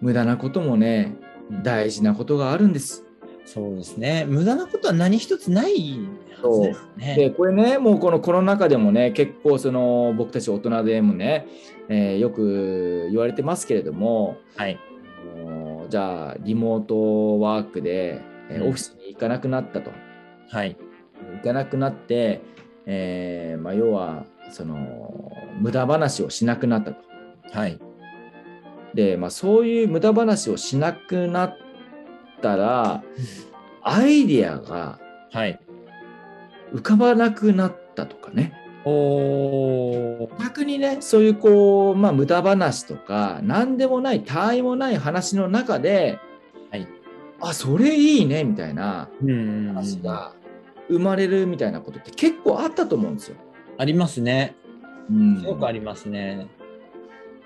Speaker 2: 無駄なこともね大事なことがあるんです。
Speaker 1: そうですね。無駄なことは何一つないはずです
Speaker 2: で
Speaker 1: ね。
Speaker 2: これねもうこのコロナ禍でもね結構その僕たち大人でもね、えーよく言われてますけれども
Speaker 1: はい。
Speaker 2: もうじゃあリモートワークで、えー
Speaker 1: うん
Speaker 2: オフィスに行かなくなったと
Speaker 1: はい。
Speaker 2: 行かなくなって、えーまあ、要はその無駄話をしなくなったと。
Speaker 1: はい。
Speaker 2: で、まあ、そういう無駄話をしなくなったらアイディアが
Speaker 1: はい。
Speaker 2: 浮かばなくなったとかね。
Speaker 1: おお。
Speaker 2: 逆にねそういうこう、まあ、無駄話とか何でもない他愛もない話の中で、
Speaker 1: はい、
Speaker 2: あそれいいねみたいな
Speaker 1: うん。
Speaker 2: 話が生まれるみたいなことって結構あったと思うんですよ。
Speaker 1: ありますね。
Speaker 2: うん
Speaker 1: すごくありますね。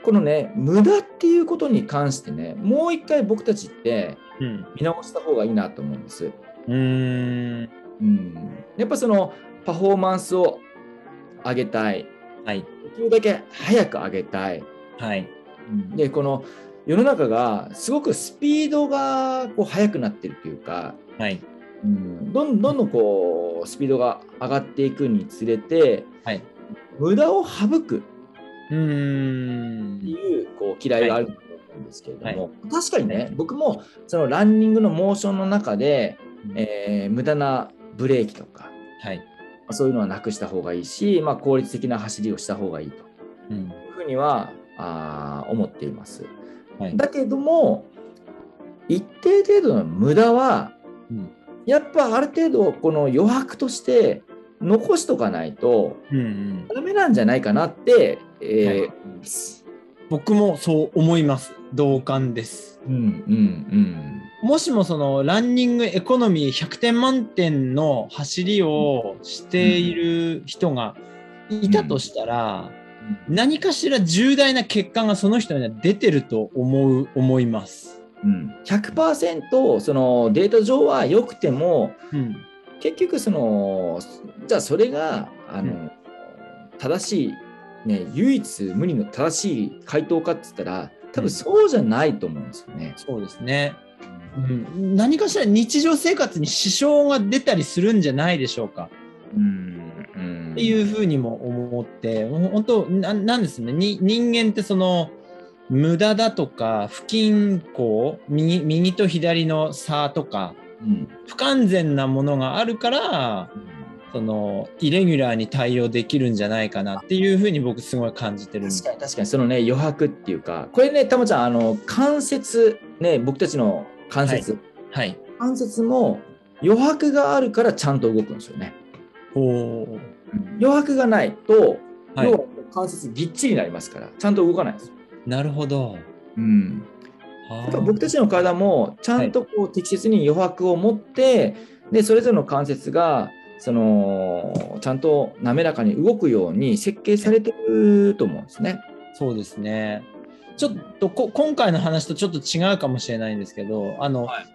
Speaker 2: このね無駄っていうことに関してねもう一回僕たちって
Speaker 1: うん。
Speaker 2: 見直した方がいいなと思うんです。
Speaker 1: うーん。
Speaker 2: うん、やっぱそのパフォーマンスを上げたい
Speaker 1: はい。
Speaker 2: できるだけ早く上げたい
Speaker 1: はい。
Speaker 2: でこの世の中がすごくスピードがこう速くなってるというか、
Speaker 1: はい。
Speaker 2: うん、どんどんどんこうスピードが上がっていくにつれて、
Speaker 1: はい
Speaker 2: 無駄を省くっ
Speaker 1: うー
Speaker 2: て
Speaker 1: ん。
Speaker 2: いうこう嫌いがあると思うんですけれども、
Speaker 1: は
Speaker 2: 確かに
Speaker 1: は
Speaker 2: ね
Speaker 1: い
Speaker 2: 僕もそのランニングのモーションの中で、
Speaker 1: え
Speaker 2: えー無駄なブレーキとか
Speaker 1: はい。
Speaker 2: そういうのはなくした方がいいし、まあ、効率的な走りをした方がいいと
Speaker 1: うん。
Speaker 2: いうふうにはあー思っています。
Speaker 1: はい。
Speaker 2: だけども一定程度の無駄は、
Speaker 1: うん
Speaker 2: やっぱある程度この余白として残しとかないと
Speaker 1: うんうん。
Speaker 2: ダメなんじゃないかなって、えー
Speaker 1: はい
Speaker 2: 思います
Speaker 1: 僕もそう思います。同感です。
Speaker 2: うんうん
Speaker 1: もしもそのランニングエコノミー100点満点の走りをしている人がいたとしたら、
Speaker 2: うん
Speaker 1: 何かしら重大な欠陥がその人には出てると思う思います。
Speaker 2: うん、100%そのデータ上は良くても
Speaker 1: うん、
Speaker 2: 結局そのじゃあそれがあの、
Speaker 1: う
Speaker 2: 正しい、ね、唯一無二の正しい回答かって言ったら多分そうじゃないと思うんですよね。
Speaker 1: そうですね、うん。何かしら日常生活に支障が出たりするんじゃないでしょうか。
Speaker 2: っ
Speaker 1: っていうふうにも思って、ほん本当な、なんですね、に人間ってその、無駄だとか、不均衡、右右と左の差とか、
Speaker 2: うん
Speaker 1: 不完全なものがあるから、その、イレギュラーに対応できるんじゃないかなっていうふうに僕すごい感じてるんで
Speaker 2: 確
Speaker 1: す。
Speaker 2: かに確かにそのね余白っていうかこれねたまちゃんあの関節ね僕たちの関節、
Speaker 1: はい。
Speaker 2: 関節も余白があるからちゃんと動くんですよね。
Speaker 1: ほう。
Speaker 2: 余白がないと、
Speaker 1: は
Speaker 2: 要
Speaker 1: い
Speaker 2: は。関節ぎっちりになりますから、ちゃんと動かないんですよ。
Speaker 1: なるほど。
Speaker 2: うん、
Speaker 1: あ
Speaker 2: だから
Speaker 1: ー
Speaker 2: 僕たちの体もちゃんとこう適切に余白を持って、でそれぞれの関節がそのちゃんと滑らかに動くように設計されてると思うんですね。
Speaker 1: そうですね。ちょっとこ今回の話とちょっと違うかもしれないんですけど、あの、
Speaker 2: はい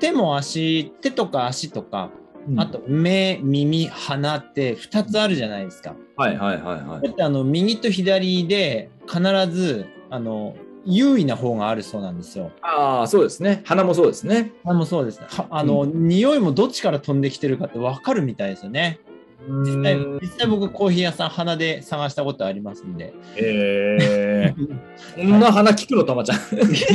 Speaker 1: 手も足、手とか足とか、あと目、耳、鼻って2つあるじゃないですか。
Speaker 2: はいはいはいは
Speaker 1: これってあの右と左で必ずあの優位な方があるそうなんですよ。
Speaker 2: ああそうですね鼻もそうですね。
Speaker 1: あもうそうですね。はあの、匂いもどっちから飛んできてるかって分かるみたいですよね。実際実際僕コーヒー屋さん鼻で探したことありますんで。
Speaker 2: え
Speaker 1: 聞
Speaker 2: こんな鼻聞くのたまちゃん。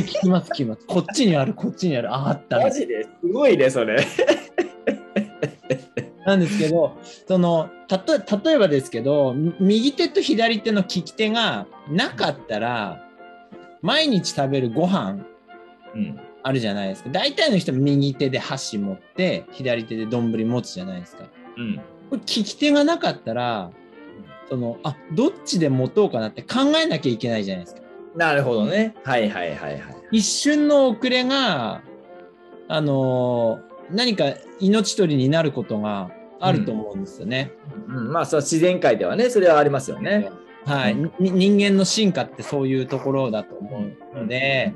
Speaker 1: きます聞きます。こっちにあるこっちにあるああったな
Speaker 2: ですごいねそれ。
Speaker 1: なんですけど、そのたと例えばですけど、み右手と左手の利き手がなかったら、毎日食べるご飯
Speaker 2: うん
Speaker 1: あるじゃないですか。大体の人右手で箸持って、左手で丼持つじゃないですか。こ
Speaker 2: うん
Speaker 1: れ利き手がなかったら、そのあどっちで持とうかなって考えなきゃいけないじゃないですか。
Speaker 2: なるほどね。はいはいはいはい。
Speaker 1: 一瞬の遅れが、あのー何か命取りになることがあると思うんですよね。
Speaker 2: うん、まあその自然界ではねそれはありますよね。
Speaker 1: はい、
Speaker 2: う
Speaker 1: に人間の進化ってそういうところだと思うので、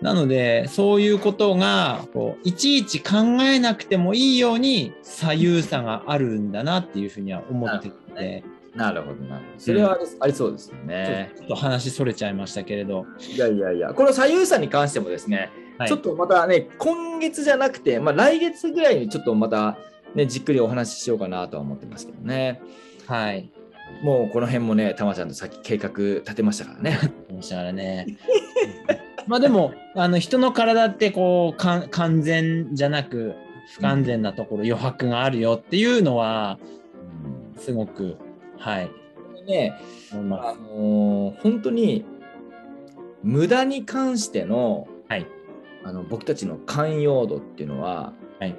Speaker 1: なのでそういうことがこういちいち考えなくてもいいように左右差があるんだなっていうふうには思ってるので、
Speaker 2: なるほどなるほど。それはあり,、ありそうですよね。
Speaker 1: ちょっと話それちゃいましたけれど、
Speaker 2: いやいやいや、この左右差に関してもですね、
Speaker 1: はい、
Speaker 2: ちょっとまたね、今月じゃなくて、まあ、来月ぐらいにちょっとまた、ね、じっくりお話ししようかなとは思ってますけどね。
Speaker 1: はい
Speaker 2: もうこの辺もね、たまちゃんとさっき計画立てましたから ね。
Speaker 1: 面白い ね。まあでもあの人の体ってこうかん完全じゃなく不完全なところ、余白があるよっていうのは
Speaker 2: うん
Speaker 1: すごくはい
Speaker 2: これね、
Speaker 1: 思います。
Speaker 2: あのー本当に無駄に関しての,、
Speaker 1: はい
Speaker 2: あの僕たちの寛容度っていうのは、
Speaker 1: はい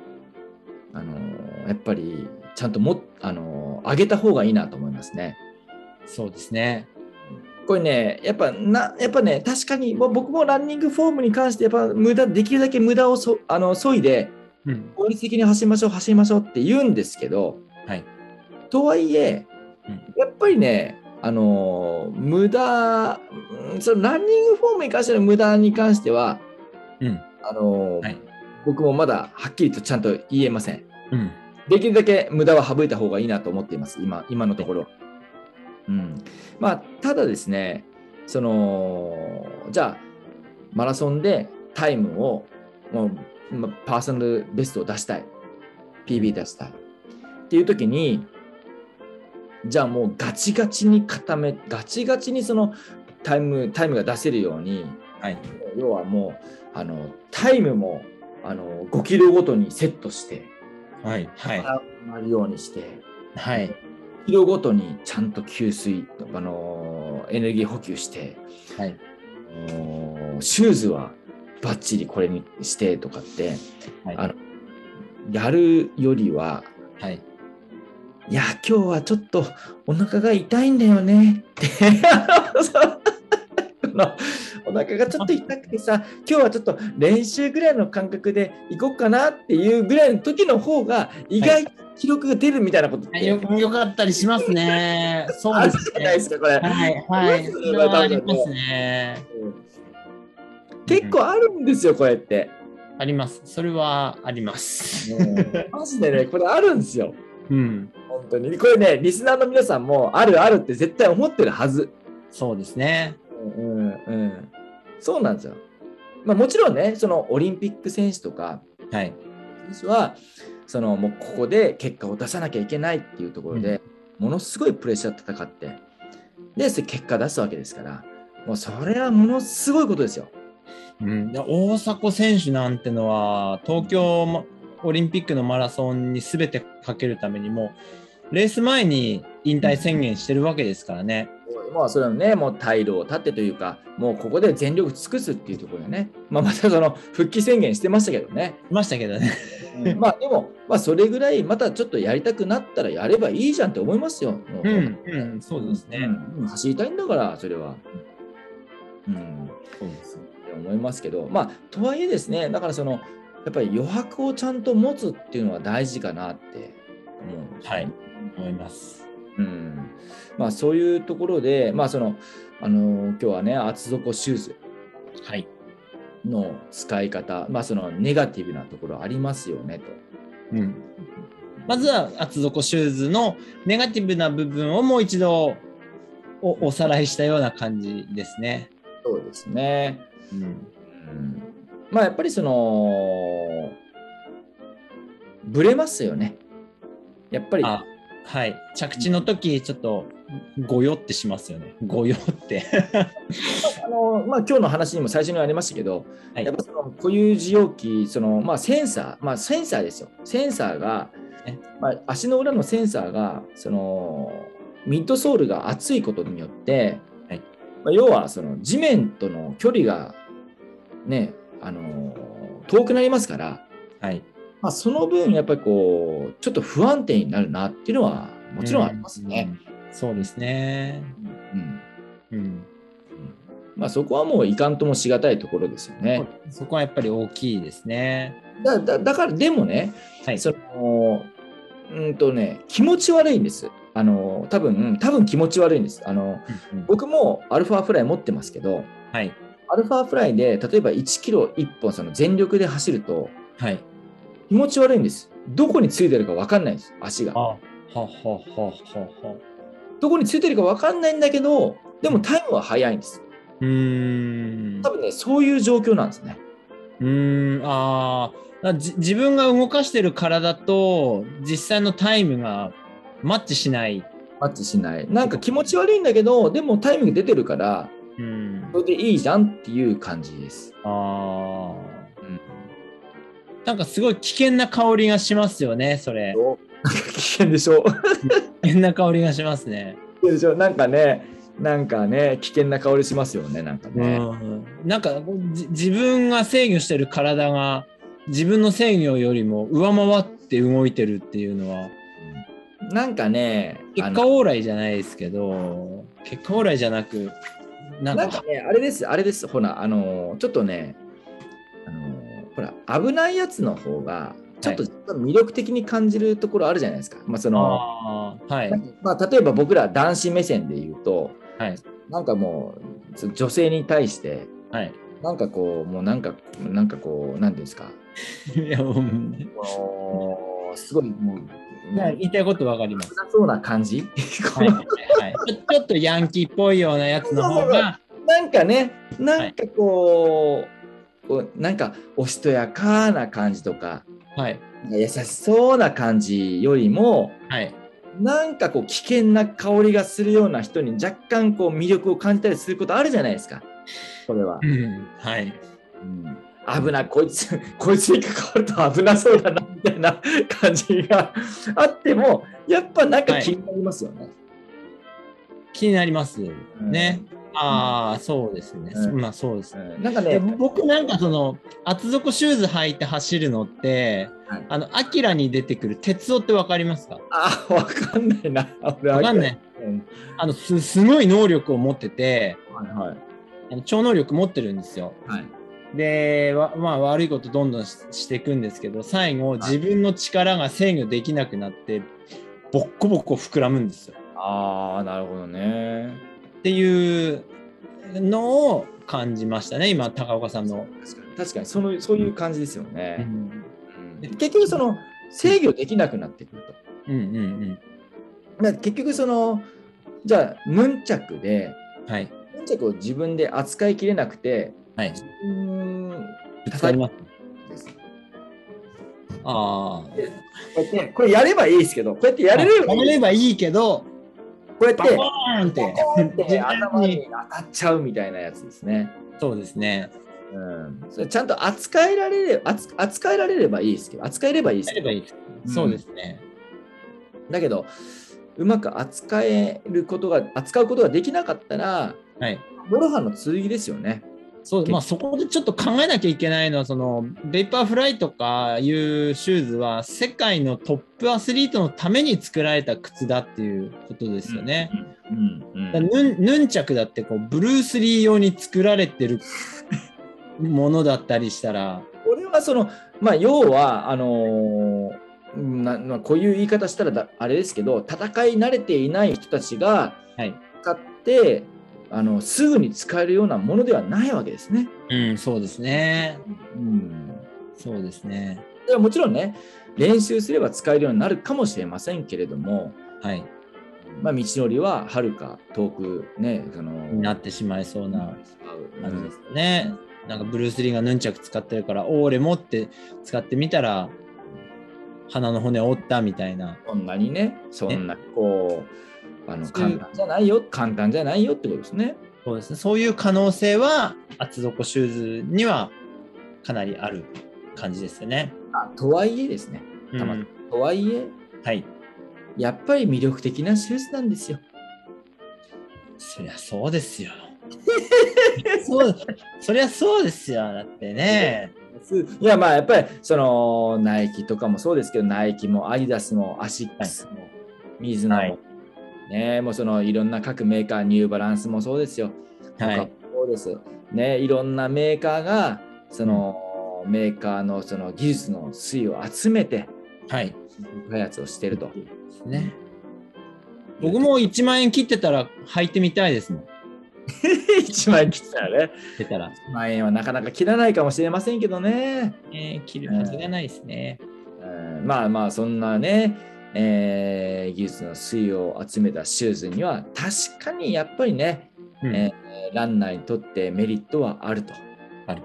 Speaker 2: あのーやっぱりちゃんともっ、あのー上げた方がいいなと思いますね。
Speaker 1: そうですね。
Speaker 2: これねやっぱなやっぱね確かにもう僕もランニングフォームに関してやっぱ無駄できるだけ無駄をそあの削いで
Speaker 1: うん。
Speaker 2: 効率的に走りましょう走りましょうって言うんですけど、
Speaker 1: はい
Speaker 2: とはいえ
Speaker 1: うん
Speaker 2: やっぱりねあのー無駄うんそのランニングフォームに関しての無駄に関しては
Speaker 1: うん。
Speaker 2: あのー
Speaker 1: はい
Speaker 2: 僕もまだはっきりとちゃんと言えません
Speaker 1: うん。
Speaker 2: できるだけ無駄は省いた方がいいなと思っています、今今のところ。うんまあ、ただですね、そのじゃあ、マラソンでタイムを、もうまあパーソナルベストを出したい、PB 出したいっていう時に、じゃあもうガチガチに固め、ガチガチにそのタイムタイムが出せるように、
Speaker 1: はい。
Speaker 2: 要はもうあのタイムもあの5キロごとにセットして。
Speaker 1: はい。はい。
Speaker 2: なるようにして、
Speaker 1: はい。
Speaker 2: キロごとにちゃんと給水、あのーエネルギー補給して、
Speaker 1: はい。
Speaker 2: あのーシューズはバッチリこれにしてとかって、
Speaker 1: はい
Speaker 2: あのやるよりは、
Speaker 1: はい。
Speaker 2: いや、今日はちょっとお腹が痛いんだよねって。 このお腹がちょっと痛くてさ、今日はちょっと練習ぐらいの感覚で行こうかなっていうぐらいの時の方が意外と記録が出るみたいなことって
Speaker 1: よ、よかったりしますね。そう
Speaker 2: あ
Speaker 1: で
Speaker 2: る
Speaker 1: す
Speaker 2: じゃない
Speaker 1: ね。
Speaker 2: ですか、これ。
Speaker 1: はい。はい。
Speaker 2: そ
Speaker 1: そう
Speaker 2: ですね
Speaker 1: れはありますね。
Speaker 2: 結構あるんですよ、これって。
Speaker 1: あります。それはあります。
Speaker 2: マジでね、これあるんですよ。
Speaker 1: うん。
Speaker 2: 本当に。これね、リスナーの皆さんも、あるあるって絶対思ってるはず。
Speaker 1: そうですね。
Speaker 2: うんうん、そうなんですよ。まあ、もちろんね、そのオリンピック選手とか、
Speaker 1: はい。
Speaker 2: 選手は、そのもうここで結果を出さなきゃいけないっていうところで、ものすごいプレッシャーで戦って、で、それ結果出すわけですから、もうそれはものすごいことですよ。
Speaker 1: うん。で大迫選手なんてのは、東京もオリンピックのマラソンに全てかけるためにも、レース前に引退宣言してるわけですからね。
Speaker 2: まあ、それはね、もう退路を立ってというか、もうここで全力尽くすっていうところでね、まあ、またその復帰宣言してましたけどね、
Speaker 1: いましたけどね。
Speaker 2: まあでも、まあ、それぐらいまたちょっとやりたくなったらやればいいじゃんって思いますよ。も
Speaker 1: うん、うん、そうですね。
Speaker 2: うんうん走りたいんだから、それは。うん、
Speaker 1: そうですね。
Speaker 2: って思いますけど、まあ、とはいえですね、だからその、やっぱり余白をちゃんと持つっていうのは大事かなって思うんですよね
Speaker 1: はい、思います。
Speaker 2: うんまあ、そういうところで、まあそのあの今日はね厚底シューズ
Speaker 1: はい、
Speaker 2: の使い方、まあ、そのネガティブなところありますよねと。
Speaker 1: うん。まずは厚底シューズのネガティブな部分をもう一度おおさらいしたような感じですね。
Speaker 2: そうですね、
Speaker 1: うん、
Speaker 2: うんまあ、やっぱりそのブレますよね。やっぱり
Speaker 1: あはい着地の時ちょっとごよってしますよね。ごよって。
Speaker 2: あの、まあ、今日の話にも最初にありましたけど、
Speaker 1: はい
Speaker 2: やっぱその固有受容器その、まあ、センサー、まあ、センサーですよセンサーが
Speaker 1: ね、
Speaker 2: まあ、足の裏のセンサーがそのミッドソールが厚いことによって、
Speaker 1: はい
Speaker 2: まあ、要はその地面との距離が、ね、あの遠くなりますから、
Speaker 1: はい、
Speaker 2: まあ、その分やっぱりこうちょっと不安定になるなっていうのはもちろんありますね。
Speaker 1: うん。そうですね。
Speaker 2: うん
Speaker 1: うん、
Speaker 2: まあ、そこはもういかんともしがたいところですよね。
Speaker 1: そこはやっぱり大きいですね。
Speaker 2: だだだからでもね、
Speaker 1: はい。
Speaker 2: そのうんとね気持ち悪いんですあの多分多分気持ち悪いんですあの
Speaker 1: うんうん
Speaker 2: 僕もアルファフライ持ってますけど
Speaker 1: はい。
Speaker 2: アルファフライで例えば1キロ1本その全力で走ると
Speaker 1: はい。
Speaker 2: 気持ち悪いんですどこについてるか分かんないんです足
Speaker 1: あ
Speaker 2: が
Speaker 1: ははははは。
Speaker 2: どこについてるか分かんないんだけどでもタイムは速いんです
Speaker 1: うーん。
Speaker 2: 多分ねそういう状況なんですね
Speaker 1: うーん、ああ、じ自分が動かしてる体と実際のタイムがマッチしない。
Speaker 2: マッチしないなんか気持ち悪いんだけどでもタイムが出てるから
Speaker 1: うん
Speaker 2: それでいいじゃんっていう感じです、
Speaker 1: ああ、
Speaker 2: うん
Speaker 1: なんかすごい危険な香りがしますよね、それ。
Speaker 2: なんか危険でしょ
Speaker 1: 危険な香りがしますね。
Speaker 2: そうでしょなんかね、なんかね、危険な香りしますよね、なんか
Speaker 1: う
Speaker 2: ね。
Speaker 1: ん。なんかじ自分が制御してる体が自分の制御よりも上回って動いてるっていうのは
Speaker 2: なんかね、あ
Speaker 1: 結果
Speaker 2: の
Speaker 1: 往来じゃないですけど結果往来じゃなくなん
Speaker 2: な
Speaker 1: か
Speaker 2: んかね、あれです、あれです、ほら、あのー、ちょっとね、あのー、ほら、危ないやつの方が、ちょっと魅力的に感じるところあるじゃないですか。まあ、その、
Speaker 1: あーはい
Speaker 2: まあ、例えば僕ら男子目線で言うと、
Speaker 1: はい
Speaker 2: なんかもう、そ女性に対して、
Speaker 1: はい
Speaker 2: なんかこう、もうなんか、なんかこう、なんていうんですか、
Speaker 1: いや、もうね
Speaker 2: こうすごいもう、
Speaker 1: いや言いたいことわかります。
Speaker 2: なそうな感じ、
Speaker 1: はいはいはい、ちょちょっとヤンキーっぽいようなやつの方が、
Speaker 2: なんかね、なんかこう、こうなんかおしとやかな感じとか、
Speaker 1: はい、
Speaker 2: 優しそうな感じよりも、
Speaker 1: はい、
Speaker 2: なんかこう危険な香りがするような人に若干こう魅力を感じたりすることあるじゃないですか。これは
Speaker 1: う。ん、はい、
Speaker 2: うん危ない、こいつ、 こいつに関わると危なそうだな、みたいな感じが あっても、やっぱなんか気になりますよね。
Speaker 1: 気になります。ね。ああ、そうですね。
Speaker 2: うん
Speaker 1: まあ、そうです
Speaker 2: う
Speaker 1: ね。
Speaker 2: ん。なんか
Speaker 1: で
Speaker 2: ね、
Speaker 1: 僕なんかその厚底シューズ履いて走るのって、
Speaker 2: はい
Speaker 1: あのアキラに出てくる鉄夫ってわかりますか？
Speaker 2: あ、わかんないな。わ
Speaker 1: わかんない。あのすすごい能力を持ってて、
Speaker 2: はいはい。
Speaker 1: あの超能力持ってるんですよ。
Speaker 2: はい。
Speaker 1: で、わまあ悪いことどんどんししていくんですけど、最後自分の力が制御できなくなって、ボッコボコ膨らむんですよ。
Speaker 2: ああ、なるほどね。
Speaker 1: っていうのを感じましたね、今、高岡さんの。
Speaker 2: 確かに、確かに、その、そういう感じですよね。
Speaker 1: うん
Speaker 2: 結局、その制御できなくなってくる
Speaker 1: うんうんうん。
Speaker 2: と。だ結局、その、じゃあ、ヌンチャクで、
Speaker 1: はい。
Speaker 2: ヌンチャクを自分で扱いきれなくて。
Speaker 1: はい。
Speaker 2: うーん。
Speaker 1: ぶつかります。
Speaker 2: ですこ
Speaker 1: ああ。
Speaker 2: うやって、これやればいいですけど、こうやってやれればいい
Speaker 1: やればいいけど、
Speaker 2: こうやって
Speaker 1: バ。コーンって。
Speaker 2: ポンって
Speaker 1: 自
Speaker 2: 頭
Speaker 1: 分
Speaker 2: に
Speaker 1: に
Speaker 2: 当たっちゃうみたいなやつですね。
Speaker 1: そうですね。
Speaker 2: うん、それちゃんと扱えられれ扱扱えられればいいですけど、扱えればいいです
Speaker 1: やれ
Speaker 2: けど
Speaker 1: ばいい。
Speaker 2: うん
Speaker 1: そうですね。
Speaker 2: だけど、うまく扱えることが、扱うことができなかったら、
Speaker 1: はい。
Speaker 2: モロハの剣ですよね。
Speaker 1: そう、まあ、そこでちょっと考えなきゃいけないのは、その、ベイパーフライとかいうシューズは、世界のトップアスリートのために作られた靴だっていうことですよね。
Speaker 2: うん。うん
Speaker 1: だからヌンヌンチャクだってこう、ブルース・リー用に作られてるものだったりしたら、
Speaker 2: これはその、まあ、要はあのーなまあ、こういう言い方したらだあれですけど戦い慣れていない人たちが
Speaker 1: はい
Speaker 2: 使って、あのすぐに使えるようなものではないわけですね。
Speaker 1: うん、そうですね。
Speaker 2: うん、
Speaker 1: そうですね。
Speaker 2: ではもちろんね練習すれば使えるようになるかもしれませんけれども、
Speaker 1: はい。
Speaker 2: まあ、道のりははるか遠くねその
Speaker 1: になってしまいそう
Speaker 2: うん
Speaker 1: な
Speaker 2: う
Speaker 1: 感じで
Speaker 2: ん
Speaker 1: すね。なんかブルース・リーがヌンチャク使ってるから、オーレもって使ってみたら、鼻の骨折ったみたいな。
Speaker 2: そんなにねそんなこうあの
Speaker 1: そうい
Speaker 2: 簡
Speaker 1: う
Speaker 2: 単じゃないよ簡単じゃないよってことですね。
Speaker 1: そうですね。そういう可能性は、厚底シューズにはかなりある感じですよね。
Speaker 2: あとはいえですねたま
Speaker 1: うん
Speaker 2: とはいえ
Speaker 1: はい。
Speaker 2: やっぱり魅力的なシューズなんですよ。
Speaker 1: そりゃそうです よ。そうそりゃそうですよ。だってね。
Speaker 2: いやまあやっぱりそのナイキとかもそうですけどナイキもアディダスもアシックスも、ミズノも、
Speaker 1: はい
Speaker 2: ねもうそのいろんな各メーカーニューバランスもそうですよ。
Speaker 1: は
Speaker 2: とか
Speaker 1: い。
Speaker 2: もそうです。ねいろんなメーカーがその、メーカーのその技術の推を集めて
Speaker 1: はい。
Speaker 2: 開発をしてる と。
Speaker 1: ですね。僕も1万円切ってたら履いてみたいですもん。
Speaker 2: 1万円切ったらね。
Speaker 1: 出たら。
Speaker 2: 1万円はなかなか切らないかもしれませんけどね。
Speaker 1: えー切るはずがないですね。
Speaker 2: えーまあまあそんなね、えー技術の粋を集めたシューズには確かにやっぱりね、
Speaker 1: うん
Speaker 2: えーランナーにとってメリットはあると。
Speaker 1: ある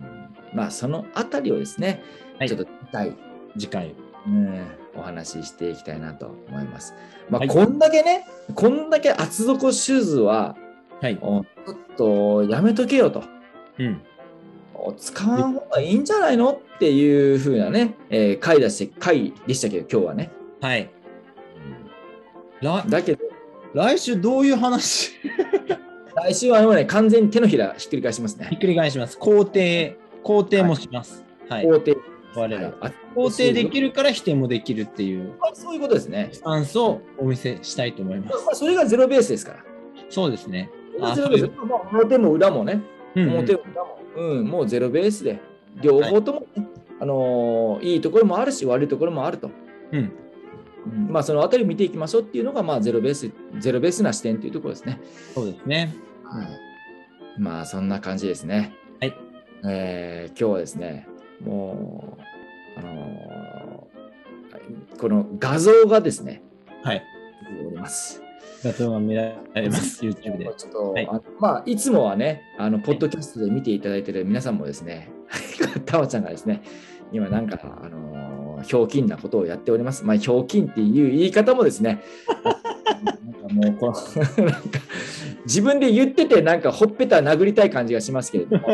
Speaker 2: うんまあそのあたりをですね、
Speaker 1: はい
Speaker 2: ちょっと次回、
Speaker 1: 次回。
Speaker 2: うんお話ししていきたいなと思います。まあ、
Speaker 1: はい
Speaker 2: こんだけね、こんだけ厚底シューズは
Speaker 1: はい。
Speaker 2: おちょっとやめとけよと。
Speaker 1: うん。
Speaker 2: 使わん方がいいんじゃないのっていう風なね、えー回だして回でしたけど今日はね。
Speaker 1: はい。ら
Speaker 2: だけど、
Speaker 1: 来週どういう話
Speaker 2: 来週はもうね、完全に手のひらひっくり返しま す
Speaker 1: ひっ
Speaker 2: ね。
Speaker 1: くり返します。肯定。肯定もします。はい。
Speaker 2: 肯定。
Speaker 1: 我ら。
Speaker 2: あ
Speaker 1: 肯定でき
Speaker 2: る。
Speaker 1: るから否定もできるっていう
Speaker 2: あそういうことですね。
Speaker 1: スタンスをお見せしたいと思いま。
Speaker 2: ますあ、それがゼロベースですから。
Speaker 1: そうですね。あ
Speaker 2: それがゼロベース。まあ表も裏もね、
Speaker 1: うん、うん
Speaker 2: 表も裏も、うん、もうゼロベースで、両方ともね、あのーいいところもあるし、悪いところもあると。
Speaker 1: うん。
Speaker 2: うんまあ、そのあたりを見ていきましょうっていうのが、まあ、ゼロベース、ゼロベースな視点というところですね。
Speaker 1: そうですね。
Speaker 2: はい、まあそんな感じですね。
Speaker 1: はい。
Speaker 2: えー今日はですね、もう、あのーこの画像がですね、
Speaker 1: はい。
Speaker 2: おります。
Speaker 1: 画像が見られます。YouTube で。
Speaker 2: ちょっと、
Speaker 1: はい
Speaker 2: あのまあ、いつもはね、あの、ポッドキャストで見ていただいている皆さんもですね、 タワちゃんがですね、今なんか、あのーひょうきんなことをやっております。まあ、ひょうきんっていう言い方もですね、なんかもうこの、 なんか、自分で言ってて、なんかほっぺた殴りたい感じがしますけれ ども、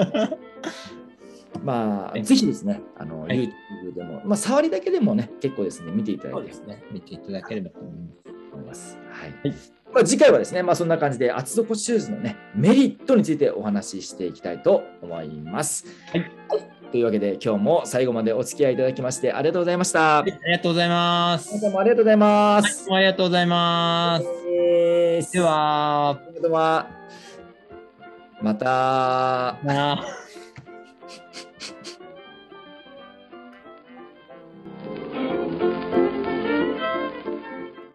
Speaker 2: ま
Speaker 1: は
Speaker 2: あ、
Speaker 1: い
Speaker 2: ぜひですね、あの、
Speaker 1: はい
Speaker 2: YouTube でも、まあ、触りだけでもね、結構ですね、見ていただ
Speaker 1: そ
Speaker 2: いうて
Speaker 1: で。すね。見ていただければと思います。
Speaker 2: 思います。はい。
Speaker 1: はい
Speaker 2: まあ、次回はですね、まあ、そんな感じで厚底シューズのね、メリットについてお話ししていきたいと思います。
Speaker 1: はい
Speaker 2: はいというわけで、今日も最後までお付き合いいただきましてありがとうございました。
Speaker 1: はいありがとうございます。
Speaker 2: 皆さんもありがとうございま
Speaker 1: はい
Speaker 2: す。
Speaker 1: どうもありがとうございます。
Speaker 2: えー
Speaker 1: では、
Speaker 2: どうもまた。
Speaker 1: なあ